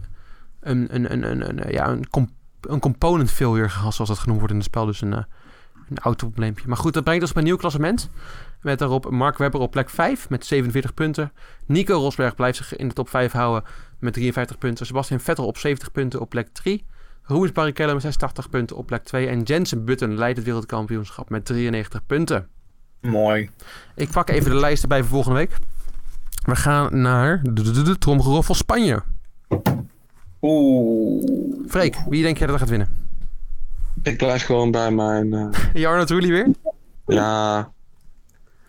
S1: een, een, een, een, een, eh, ja, een com- een component failure gehad, zoals dat genoemd wordt in het spel. Dus een, eh, een autoprobleempje. Maar goed, dat brengt ons bij een nieuw klassement. Met daarop Mark Webber op plek 5 met 47 punten. Nico Rosberg blijft zich in de top 5 houden met 53 punten. Sebastian Vettel op 70 punten op plek 3. Rubens Barrichello met 86 punten op plek 2. En Jensen Button leidt het wereldkampioenschap met 93 punten.
S2: Mooi.
S1: Ik pak even de lijsten bij voor volgende week. We gaan naar de, de, de, de tromgeroffel Spanje.
S2: Oeh.
S1: Freek, wie denk jij dat er gaat winnen?
S3: Ik blijf gewoon bij mijn. eh,
S1: Jarno Trulli weer?
S3: ja.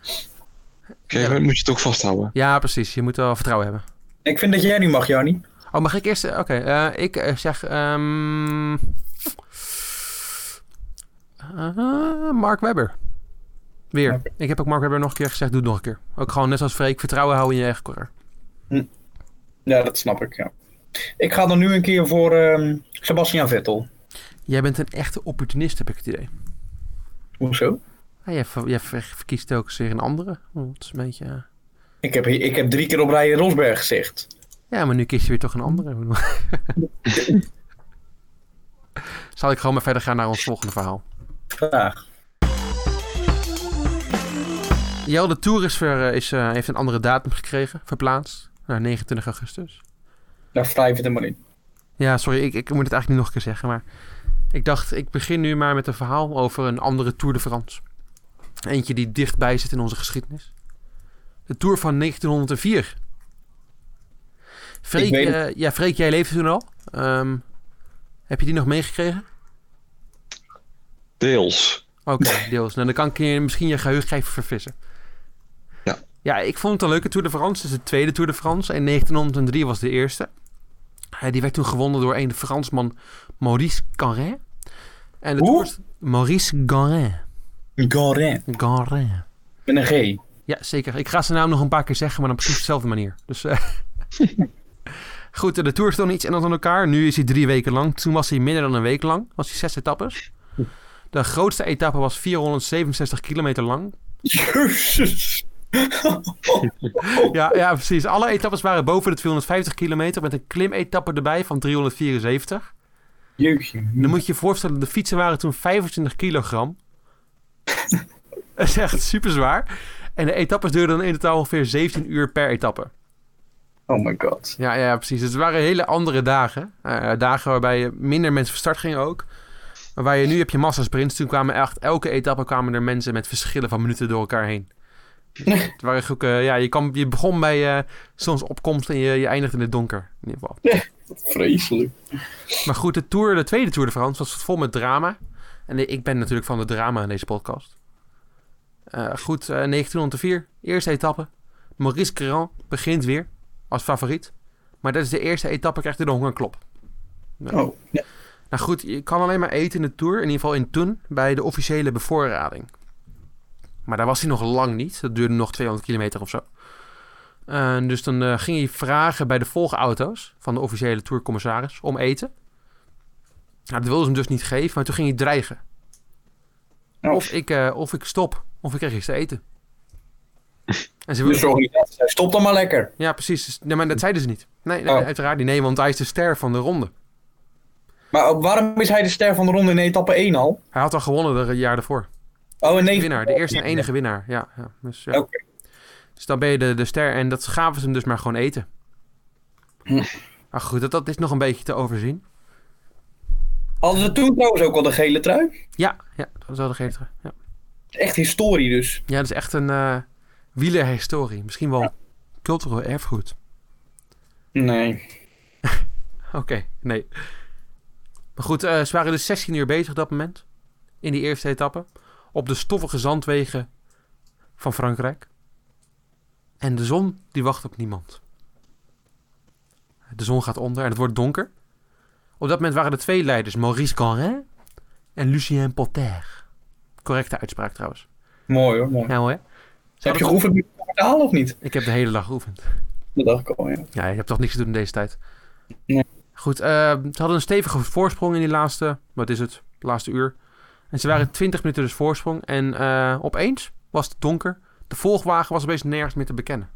S3: Op een gegeven moment moet je het ook vasthouden.
S1: Ja, precies. Je moet wel vertrouwen hebben.
S2: Ik vind dat jij nu mag, Jannie.
S1: Oh, mag ik eerst? eh, Oké, eh, ik eh, zeg. ehm, eh, Mark Webber. Weer.
S2: Oké.
S1: Ik heb ook Mark Webber nog een keer gezegd. Doe het nog een keer. Ook gewoon net zoals Freek. Vertrouwen houden in je eigen coureur.
S2: Ja, dat snap ik, ja. Ik ga dan nu een keer voor ehm, Sebastian Vettel.
S1: Jij bent een echte opportunist, heb ik het idee.
S2: Hoezo?
S1: Ah, jij, ver- jij ver- verkiest telkens weer een andere. Oh, Het is een beetje... eh,
S2: Ik heb, ik heb drie keer op rij Rosberg gezegd.
S1: Ja, maar nu kies je weer toch een andere. Ik bedoel- Zal ik gewoon maar verder gaan naar ons volgende verhaal.
S2: Graag.
S1: Jelle Tour is ver, eh, is, eh, heeft een andere datum gekregen. Verplaatst. Naar 29 augustus.
S2: Daar wrijf het helemaal in.
S1: Ja, sorry, ik, ik moet het eigenlijk niet nog een keer zeggen, maar ik dacht, ik begin nu maar met een verhaal over een andere Tour de France. Eentje die dichtbij zit in onze geschiedenis. De Tour van 1904. Freek,
S2: Ik weet het.
S1: eh, ja, Freek, jij leefde toen al. Ehm, heb je die nog meegekregen?
S3: Deels.
S1: Oké, deels. Nou, dan kan ik je misschien je geheugen even vervissen.
S3: Ja.
S1: Ja, ik vond het een leuke Tour de France. Het is de tweede Tour de France. En 1903 was de eerste. Eh, die werd toen gewonnen door een Fransman, Maurice Garin. En de
S2: Hoe?
S1: Tour is- Maurice Garin.
S2: Gorin.
S1: Garin.
S2: Met een G.
S1: Ja, zeker. Ik ga zijn naam nog een paar keer zeggen, maar dan precies op dezelfde manier. Dus, eh, Goed, eh, de Tour is dan iets anders dan elkaar. Nu is hij drie weken lang. Toen was hij minder dan een week lang. Was hij zes etappes. De grootste etappe was 467 kilometer lang.
S2: Jezus.
S1: Ja, ja, precies. Alle etappes waren boven de 250 kilometer met een klimetappe erbij van 374.
S2: Jeugdje.
S1: Dan moet je je voorstellen, de fietsen waren toen 25 kilogram. Dat is echt super zwaar. En de etappes duurden dan in totaal ongeveer 17 uur per etappe.
S2: Oh my god.
S1: Ja, ja, precies. Het waren hele andere dagen. Eh, dagen waarbij je minder mensen van start gingen ook. Maar waar je nu heb je massasprints. Toen kwamen echt elke etappe kwamen er mensen met verschillen van minuten door elkaar heen. Dus het waren ook, eh, ja, je, kwam, je begon bij eh, zonsopkomst en je, je eindigde in het donker. In ieder geval.
S2: Vreselijk.
S1: Maar goed, de, tour, de tweede Tour de France was vol met drama. En ik ben natuurlijk van de drama in deze podcast. Eh, goed, eh 1904, eerste etappe. Maurice Caron begint weer als favoriet. Maar dat is de eerste etappe, krijgt hij de hongerklop.
S2: Oh. Ja.
S1: Nou goed, je kan alleen maar eten in de Tour. In ieder geval in toen, bij de officiële bevoorrading. Maar daar was hij nog lang niet. Dat duurde nog 200 kilometer of zo. Eh, dus dan eh, ging hij vragen bij de volgauto's van de officiële tourcommissaris om eten. Nou, dat wilden ze hem dus niet geven, maar toen ging hij dreigen.
S2: Oh.
S1: Of, ik, eh, of ik stop, of ik krijg iets te eten. En ze
S2: Dus
S1: wilden...
S2: de organisatie zei, stop dan maar lekker.
S1: Ja, precies. Dus- Nee, maar dat zeiden ze niet. Nee, nee
S2: Oh.
S1: uiteraard niet. Nee, want hij is de ster van de ronde.
S2: Maar ook waarom is hij de ster van de ronde in etappe 1 al?
S1: Hij had al gewonnen het jaar daarvoor.
S2: Oh, in
S1: De
S2: negen-
S1: winnaar, de eerste en enige winnaar. Ja, ja. Dus, ja.
S2: Oké.
S1: dus dan ben je de, de ster en dat gaven ze hem dus maar gewoon eten.
S2: Hm.
S1: Maar goed, dat, dat is nog een beetje te overzien.
S2: Hadden ze toen trouwens ook al de gele trui?
S1: Ja, ja dat is wel de geestige. Ja.
S2: Echt historie dus.
S1: ja, dat is echt een eh wielerhistorie. Misschien wel cultureel erfgoed.
S2: Nee.
S1: Oké, nee. Maar goed, eh, ze waren dus 16 uur bezig op dat moment. In die eerste etappe. Op de stoffige zandwegen van Frankrijk. En de zon, die wacht op niemand. De zon gaat onder en het wordt donker. Op dat moment waren er twee leiders, Maurice Garin en Lucien Potter. Correcte uitspraak trouwens.
S2: Mooi hoor, mooi.
S1: Nou hè,
S2: Heb je geoefend met het verhaal of niet?
S1: ik heb de hele dag geoefend.
S2: Dat dacht ik al, ja.
S1: Ja, je hebt toch niks te doen in deze tijd.
S2: Nee.
S1: Goed, eh, ze hadden een stevige voorsprong in die laatste, wat is het, laatste uur. En ze waren 20 minuten dus voorsprong. En eh, opeens was het donker. De volgwagen was opeens nergens meer te bekennen.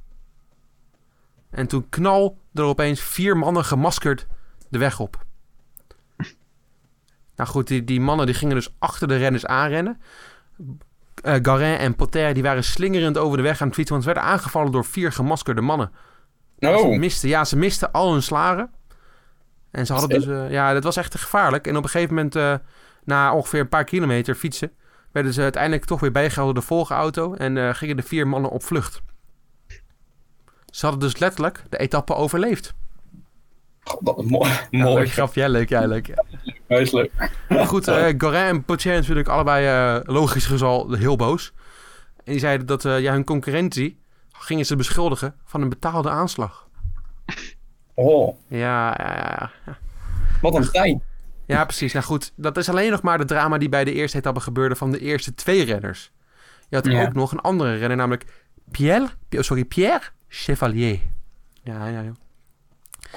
S1: En toen knal er opeens vier mannen gemaskerd de weg op. Nou goed, die, die mannen die gingen dus achter de renners aanrennen. Eh Garin en Potter die waren slingerend over de weg aan het fietsen, want ze werden aangevallen door vier gemaskerde mannen. Ze
S2: Oh,
S1: misten, ja, ze misten al hun slaren. En ze hadden dus... eh, ja, dat was echt gevaarlijk. En op een gegeven moment, eh, na ongeveer een paar kilometer fietsen... werden ze uiteindelijk toch weer bijgehouden door de volgauto... en eh, gingen de vier mannen op vlucht. Ze hadden dus letterlijk de etappe overleefd.
S2: god, dat is mooi.
S1: Ja,
S2: mooi.
S1: leuk grapje, ja, leuk, ja, leuk.
S2: Juist leuk.
S1: Maar goed, eh Gorin en Potier natuurlijk allebei eh, logisch gezal heel boos. En die zeiden dat eh, ja, hun concurrentie... gingen ze beschuldigen van een betaalde aanslag.
S2: Oh,
S1: Ja, ja, ja.
S2: wat een tijd.
S1: Ja, precies. Nou goed, dat is alleen nog maar de drama die bij de eerste etappe gebeurde van de eerste twee renners. Je had
S2: Ja.
S1: ook nog een andere renner, namelijk Pierre, Pi- oh, sorry, Pierre Chevalier. Ja, ja, ja.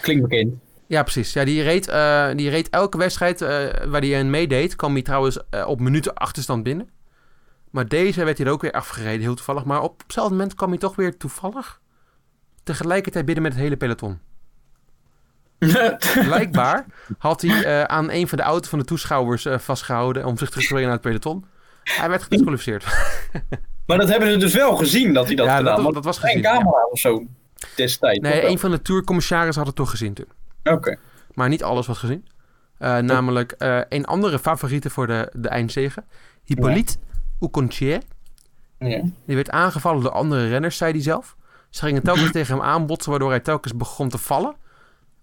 S2: Klinkt bekend.
S1: ja precies. Ja, die, reed, eh, die reed elke wedstrijd eh, waar hij aan meedeed, kwam hij trouwens eh, op minuten achterstand binnen. Maar deze werd hij er ook weer afgereden, heel toevallig. Maar op hetzelfde moment kwam hij toch weer toevallig tegelijkertijd binnen met het hele peloton. Blijkbaar had hij eh, aan een van de auto's van de toeschouwers eh, vastgehouden om zich te refereren naar het peloton. Hij werd gedisqualificeerd.
S2: maar dat hebben ze dus wel gezien dat hij dat
S1: Ja,
S2: gedaan
S1: dat,
S2: had.
S1: dat was
S2: Geen
S1: gezien. ja.
S2: camera of zo destijds.
S1: Nee,
S2: Oké.
S1: een van de tourcommissarissen had het toch gezien toen.
S2: Oké.
S1: Maar niet alles was gezien. Eh, namelijk eh een andere favoriete voor de, de eindzegen. Hippolyte Ocontier.
S2: Ja.
S1: Die werd aangevallen door andere renners, zei hij zelf. Ze gingen telkens tegen hem aanbotsen, waardoor hij telkens begon te vallen.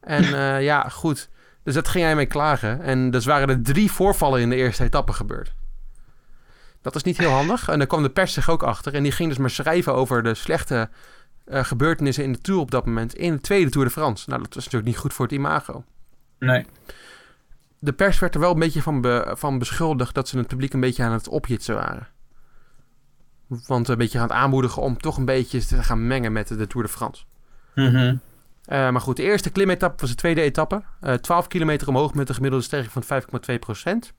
S1: En eh, ja, goed. Dus dat ging hij mee klagen. En dus waren er drie voorvallen in de eerste etappe gebeurd. Dat is niet heel handig. En daar kwam de pers zich ook achter. En die ging dus maar schrijven over de slechte eh, gebeurtenissen in de Tour op dat moment. In de tweede Tour de France. Nou, dat was natuurlijk niet goed voor het imago.
S2: Nee.
S1: De pers werd er wel een beetje van, be- van beschuldigd dat ze het publiek een beetje aan het opjitsen waren. Want een beetje aan het aanmoedigen om toch een beetje te gaan mengen met de Tour de France.
S2: Mhm.
S1: Eh, maar goed, de eerste klimetappe was de tweede etappe. Eh 12 kilometer omhoog met een gemiddelde stijging van 5,2 procent.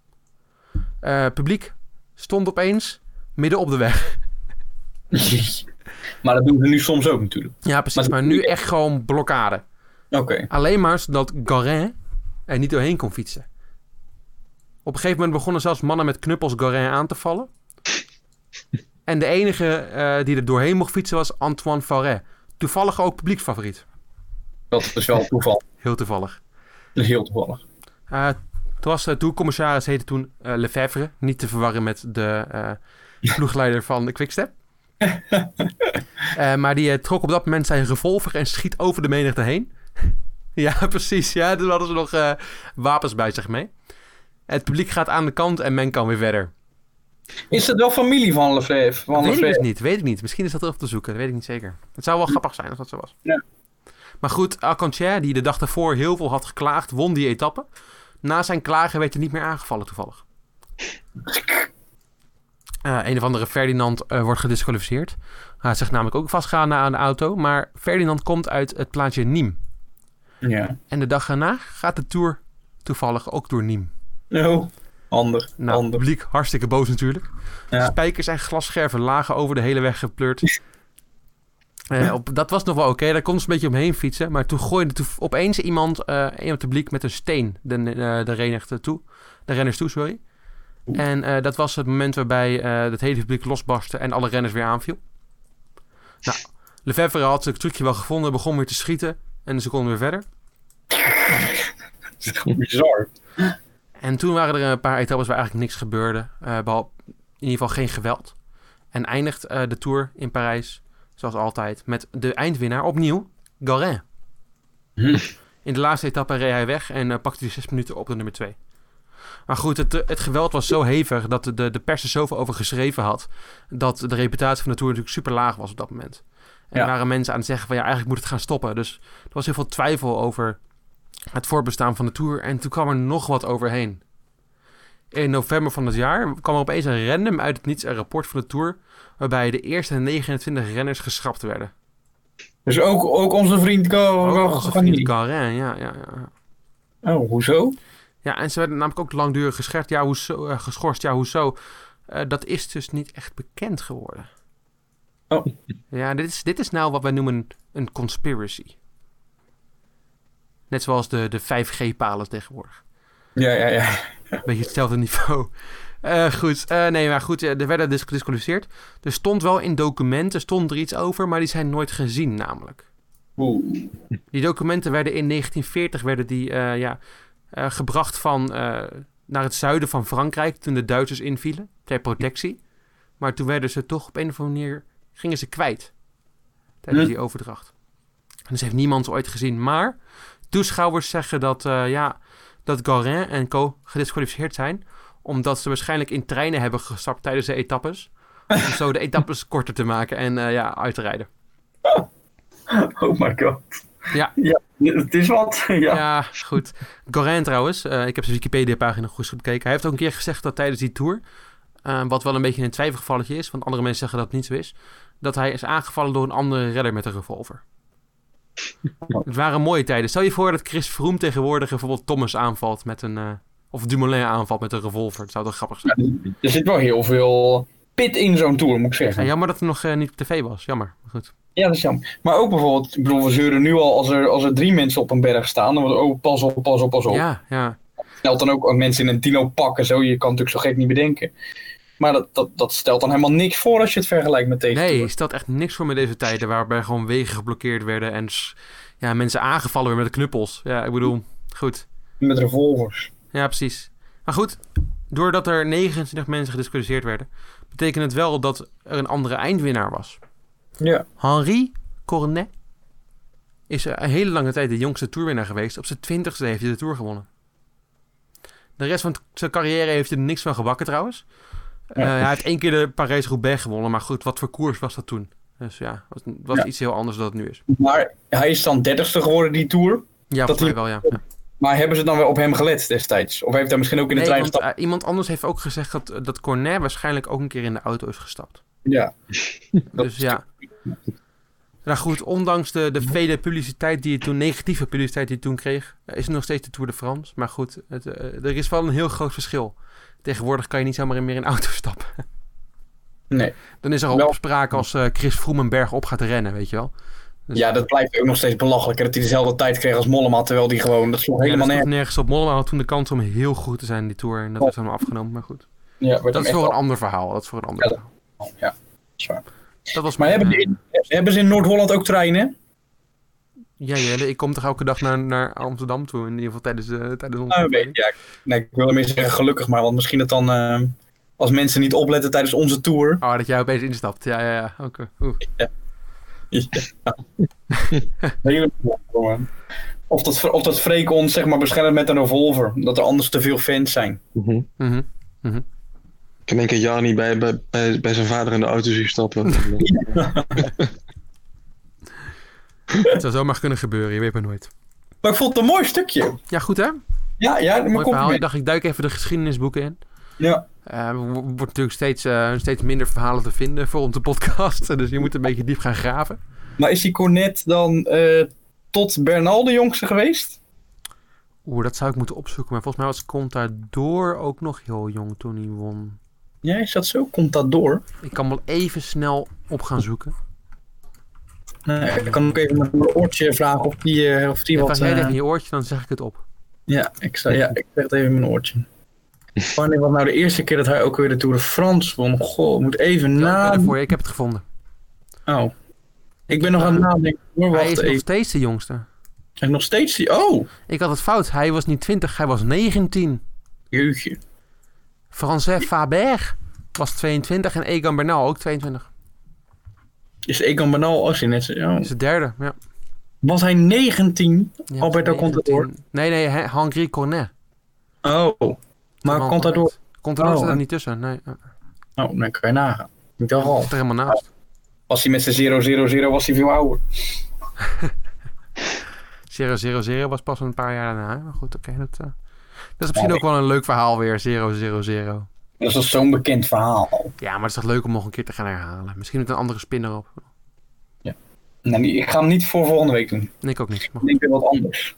S1: Eh, publiek stond opeens midden op de weg.
S2: maar dat doen ze nu soms ook natuurlijk.
S1: Ja, precies.
S2: Maar-
S1: Maar nu echt gewoon blokkade.
S2: Oké.
S1: Alleen maar zodat Garin er niet doorheen kon fietsen. Op een gegeven moment begonnen zelfs mannen met knuppels Garin aan te vallen. En de enige eh, die er doorheen mocht fietsen was Antoine Farret. Toevallig ook publieksfavoriet.
S2: Dat is wel toeval.
S1: Heel toevallig.
S2: Dat is heel toevallig.
S1: Eh, toen was de toercommissaris heette toen eh, Lefebvre. Niet te verwarren met de eh, ploegleider van de Quickstep. Eh, maar die eh, trok op dat moment zijn revolver en schiet over de menigte heen. ja, precies. Ja, toen hadden ze nog eh, wapens bij zich mee. Het publiek gaat aan de kant en men kan weer verder.
S2: Is dat wel familie van Lefebvre? Van
S1: Weet ik dus
S2: Lefebvre?
S1: niet, weet ik niet. Misschien is dat erop te zoeken, dat weet ik niet zeker. Het zou wel grappig zijn als dat zo was.
S2: Ja.
S1: Maar goed, Alcancer, die de dag daarvoor heel veel had geklaagd, won die etappe. Na zijn klagen werd hij niet meer aangevallen toevallig. Eh, een of andere Ferdinand eh, wordt gedisqualificeerd. Hij zegt namelijk ook vastgaan aan de auto. Maar Ferdinand komt uit het plaatsje Nîmes.
S2: Ja.
S1: En de dag daarna gaat de Tour toevallig ook door Nîmes.
S2: No. Oh, Ander.
S1: Nou, het
S2: Ander.
S1: publiek hartstikke boos natuurlijk.
S2: Ja.
S1: Spijkers en glasscherven lagen over de hele weg gepleurd. Eh, op, dat was nog wel oké, daar kon ze een beetje omheen fietsen. Maar toen gooide toe- opeens iemand eh, in het publiek met een steen de, eh, de, renigte toe, de renners toe. Sorry. En eh, dat was het moment waarbij eh het hele publiek losbarstte en alle renners weer aanviel. Nou, Lefebvre had het trucje wel gevonden, begon weer te schieten en ze konden weer verder.
S2: Dat is gewoon bizar.
S1: En toen waren er een paar etappes waar eigenlijk niks gebeurde. eh, behalve in ieder geval geen geweld. En eindigt eh, de Tour in Parijs, zoals altijd, met de eindwinnaar opnieuw, Garin.
S2: Hm.
S1: In de laatste etappe reed hij weg en eh, pakte hij zes minuten op de nummer twee. Maar goed, het, eh, het geweld was zo hevig dat de, de, de pers er zoveel over geschreven had... dat de reputatie van de Tour natuurlijk super laag was op dat moment. En
S2: Ja.
S1: er waren mensen aan het zeggen van ja, eigenlijk moet het gaan stoppen. Dus er was heel veel twijfel over het voortbestaan van de Tour. En toen kwam er nog wat overheen. In november van het jaar kwam er opeens een random uit het niets een rapport van de Tour... waarbij de eerste 29 renners geschrapt werden.
S2: Dus ook, ook onze vriend Go.
S1: Ook
S2: Go-
S1: onze
S2: familie.
S1: vriend Garin, ja, ja, ja.
S2: Oh, hoezo?
S1: Ja, en ze werden namelijk ook langdurig geschorst. Ja, hoezo, eh, geschorst, ja, hoezo. Eh, dat is dus niet echt bekend geworden.
S2: Oh.
S1: Ja, dit is, dit is nou wat wij noemen een conspiracy. Net zoals de, de 5G-palen tegenwoordig.
S2: Ja, ja, ja.
S1: Beetje hetzelfde niveau. Eh, goed, Eh, nee, maar goed, eh, er werden dus gedisqualificeerd. Er stond wel in documenten, stond er iets over, maar die zijn nooit gezien namelijk.
S2: Oeh.
S1: Die documenten werden in 1940 werden die, eh, ja, eh, gebracht van, eh, naar het zuiden van Frankrijk toen de Duitsers invielen, ter protectie. Maar toen werden ze toch op een of andere manier, gingen ze kwijt tijdens
S2: Hm.
S1: die overdracht. En dus heeft niemand ze ooit gezien. Maar toeschouwers zeggen dat, eh, ja, dat Garin en co. gedisqualificeerd zijn, omdat ze waarschijnlijk in treinen hebben gestapt tijdens de etappes. Om zo de etappes korter te maken en eh, ja, uit te rijden.
S2: Oh my god.
S1: Ja.
S2: ja. Het is wat. Ja.
S1: Ja, goed. Gorin trouwens, eh, ik heb zijn Wikipedia-pagina goed bekeken. Hij heeft ook een keer gezegd dat tijdens die tour, eh, wat wel een beetje een twijfelgevalletje is, want andere mensen zeggen dat het niet zo is, dat hij is aangevallen door een andere redder met een revolver. het waren mooie tijden. Stel je voor dat Chris Froome tegenwoordig bijvoorbeeld Thomas aanvalt met een, eh, of Dumoulin aanvalt met een revolver. Dat zou toch grappig zijn.
S2: Er zit wel heel veel pit in zo'n tour, moet ik
S1: Ja,
S2: zeggen.
S1: jammer dat het nog eh, niet op tv was. Jammer. Maar Goed.
S2: Ja, dat is jammer. Maar ook bijvoorbeeld, ik bedoel, we zeuren nu al als er, als er drie mensen op een berg staan. Dan wordt oh, pas op, pas op, pas op.
S1: Ja, ja.
S2: stelt dan ook mensen in een dino pakken. Zo, je kan het natuurlijk zo gek niet bedenken. Maar dat, dat, dat stelt dan helemaal niks voor als je het vergelijkt met deze
S1: Nee,
S2: tour.
S1: stelt echt niks voor met deze tijden waarbij gewoon wegen geblokkeerd werden en s- ja, mensen aangevallen werden met knuppels. Ja, ik bedoel, goed.
S2: Met revolvers.
S1: Ja, precies. Maar goed, doordat er 29 mensen gediscussieerd werden, betekent het wel dat er een andere eindwinnaar was.
S2: Ja.
S1: Henri Cornet is een hele lange tijd de jongste toerwinnaar geweest. Op zijn twintigste heeft hij de Tour gewonnen. De rest van t- zijn carrière heeft hij er niks van gebakken trouwens. Eh, hij heeft één keer de Parijs-Roubaix gewonnen. Maar goed, wat voor koers was dat toen? Dus ja, was, was
S2: Ja.
S1: iets heel anders dan het nu is.
S2: Maar hij is dan dertigste geworden die tour.
S1: Ja,
S2: Dat
S1: volgens mij wel, ja. ja.
S2: Maar hebben ze dan wel op hem gelet destijds? Of heeft hij misschien ook in de
S1: Nee,
S2: trein
S1: want,
S2: gestapt?
S1: eh, iemand anders heeft ook gezegd dat, dat Cornet waarschijnlijk ook een keer in de auto is gestapt.
S2: Ja. Dat
S1: Dus
S2: is-
S1: ja. Nou goed, ondanks de, de vele publiciteit die je toen, negatieve publiciteit die je toen kreeg, eh, is het nog steeds de Tour de France. Maar goed, het, eh, er is wel een heel groot verschil. Tegenwoordig kan je niet zomaar in- meer in een auto stappen.
S2: Nee.
S1: Dan is er al
S2: Wel-
S1: opspraak als eh, Chris Froome een berg op gaat rennen, weet je wel. Dus-
S2: ja, dat blijft ook nog steeds belachelijk. hè, Dat hij dezelfde tijd kreeg als Mollema, terwijl die gewoon... Dat sloeg
S1: Ja,
S2: helemaal
S1: dat sloeg
S2: nergens.
S1: nergens op. Mollema had toen de kans om heel goed te zijn in die Tour. En dat is hem afgenomen, maar goed.
S2: Ja, werd
S1: Dat
S2: hem
S1: is
S2: echt
S1: voor een ander verhaal. Dat is voor een ander
S2: Ja,
S1: verhaal.
S2: afgenomen. Ja, dat is waar.
S1: Dat was
S2: Maar
S1: mijn,
S2: hebben, ze
S1: eh,
S2: in, hebben ze in Noord-Holland ook treinen?
S1: eh, Ja, Jelle, ik kom toch elke dag naar, naar Amsterdam toe. In ieder geval tijdens, eh tijdens onze
S2: Nou, weet
S1: opleiding.
S2: ik, ja. Nee, ik wil ermee zeggen gelukkig maar. Want misschien dat dan... eh, als mensen niet opletten tijdens onze tour...
S1: Oh, dat jij opeens instapt. Ja, ja, ja. Oké. Oeh.
S2: Hele jongen. Of dat, Fre- of dat Freek ons zeg maar beschermt met een revolver. Dat er anders te veel fans zijn.
S3: Mhm.
S1: Mhm.
S3: Ik kan denk ik jaar niet bij, bij, bij, bij zijn vader in de auto zien stappen.
S1: Het zou zomaar kunnen gebeuren, je weet maar nooit.
S2: Maar ik vond het een mooi stukje.
S1: Ja, goed hè?
S2: Ja, ja, maar
S1: Mooi verhaal. Ik
S2: compliment.
S1: dacht, ik duik even de geschiedenisboeken in.
S2: Ja.
S1: Eh, Er wo- wordt natuurlijk steeds, eh, steeds minder verhalen te vinden voor onze podcast. Dus je moet een beetje diep gaan graven.
S2: Maar is die Cornet dan eh, tot Bernal de jongste geweest?
S1: Oeh, dat zou ik moeten opzoeken. Maar volgens mij was Contador ook nog heel jong toen hij won.
S2: Ja, is dat zo? Komt dat door?
S1: Ik kan wel even snel op gaan zoeken.
S2: Nee, Eh, ik kan ook even met mijn oortje vragen of die, eh, of die
S1: Ja,
S2: wat...
S1: als jij
S2: eh,
S1: tegen je oortje, dan zeg ik het op.
S2: ja, ik sta, ja, ik zeg het even in mijn oortje. Wanneer was nou de eerste keer dat hij ook weer de Tour de France won? Goh, ik moet even
S1: Ja,
S2: na...
S1: ik ben er voor je. Ik heb het gevonden.
S2: Oh. Ik ben nog aan het nadenken. hoor.
S1: Hij is
S2: Wacht
S1: nog
S2: even.
S1: steeds de jongste.
S2: En nog steeds die... Oh!
S1: Ik had het fout. Hij was niet 20, hij was 19.
S2: Jeugdje.
S1: Francais Faber was 22 en Egan Bernal ook 22.
S2: Is Egan Bernal als je net zo- oh.
S1: Dat is de derde. Ja.
S2: Was hij 19?
S1: Ja,
S2: Alberto
S1: 19.
S2: Contador.
S1: Nee, nee, Hen- Henri Cornet.
S2: Oh. Maar
S1: Man
S2: komt dat door?
S1: Contador
S2: Oh,
S1: staat er
S2: en-
S1: niet tussen. Nee, ja.
S2: Oh, dan kan je nagaan. Ik dacht
S1: Hij
S2: al.
S1: staat er helemaal naast.
S2: Was hij met zijn 000 was hij veel ouder.
S1: 000 was pas een paar jaar daarna. Maar goed, oké. dat, eh, dat is misschien ook wel een leuk verhaal weer. 000.
S2: Dat is toch zo'n bekend verhaal.
S1: Ja, maar het is toch leuk om nog een keer te gaan herhalen. Misschien met een andere spin erop.
S2: Nou, die- ik ga hem niet voor volgende week doen.
S1: Nee, ik ook niet. Maar
S2: Ik
S1: goed.
S2: denk weer wat anders.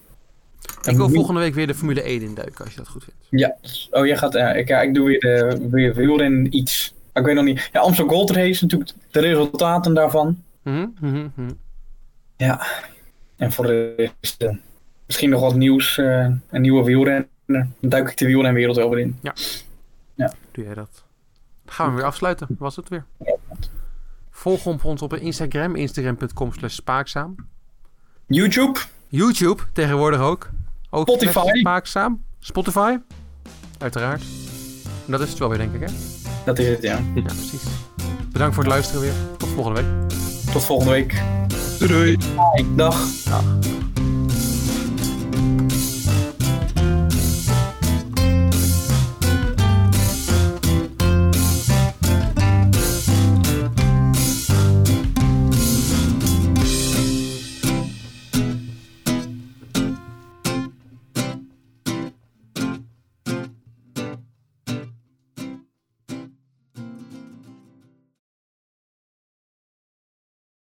S1: Ik wil volgende week weer de Formule 1 induiken, als je dat goed vindt.
S2: Ja. Oh, jij gaat... Ja, ik, ja, ik doe weer, de, weer wielrennen iets. Maar ik weet nog niet. Ja, Amstel Gold Race natuurlijk. De resultaten daarvan.
S1: Mhm, mhm, mhm.
S2: En voor de rest... eh, misschien nog wat nieuws. eh, een nieuwe wielrenner Dan duik ik de wielrenwereld wel weer in.
S1: Doe jij dat? Dan gaan we hem weer afsluiten. Was het weer. Volg op ons op Instagram. Instagram.com slash spaakzaam.
S2: YouTube,
S1: YouTube tegenwoordig ook. ook slash
S2: Spotify.
S1: Spaakzaam. Spotify. Uiteraard. En dat is het wel weer, denk ik, hè?
S2: dat is het, ja.
S1: Ja, precies. Bedankt voor het luisteren weer. Tot volgende week.
S2: Tot volgende week.
S3: Doei doei.
S2: Dag.
S1: Dag.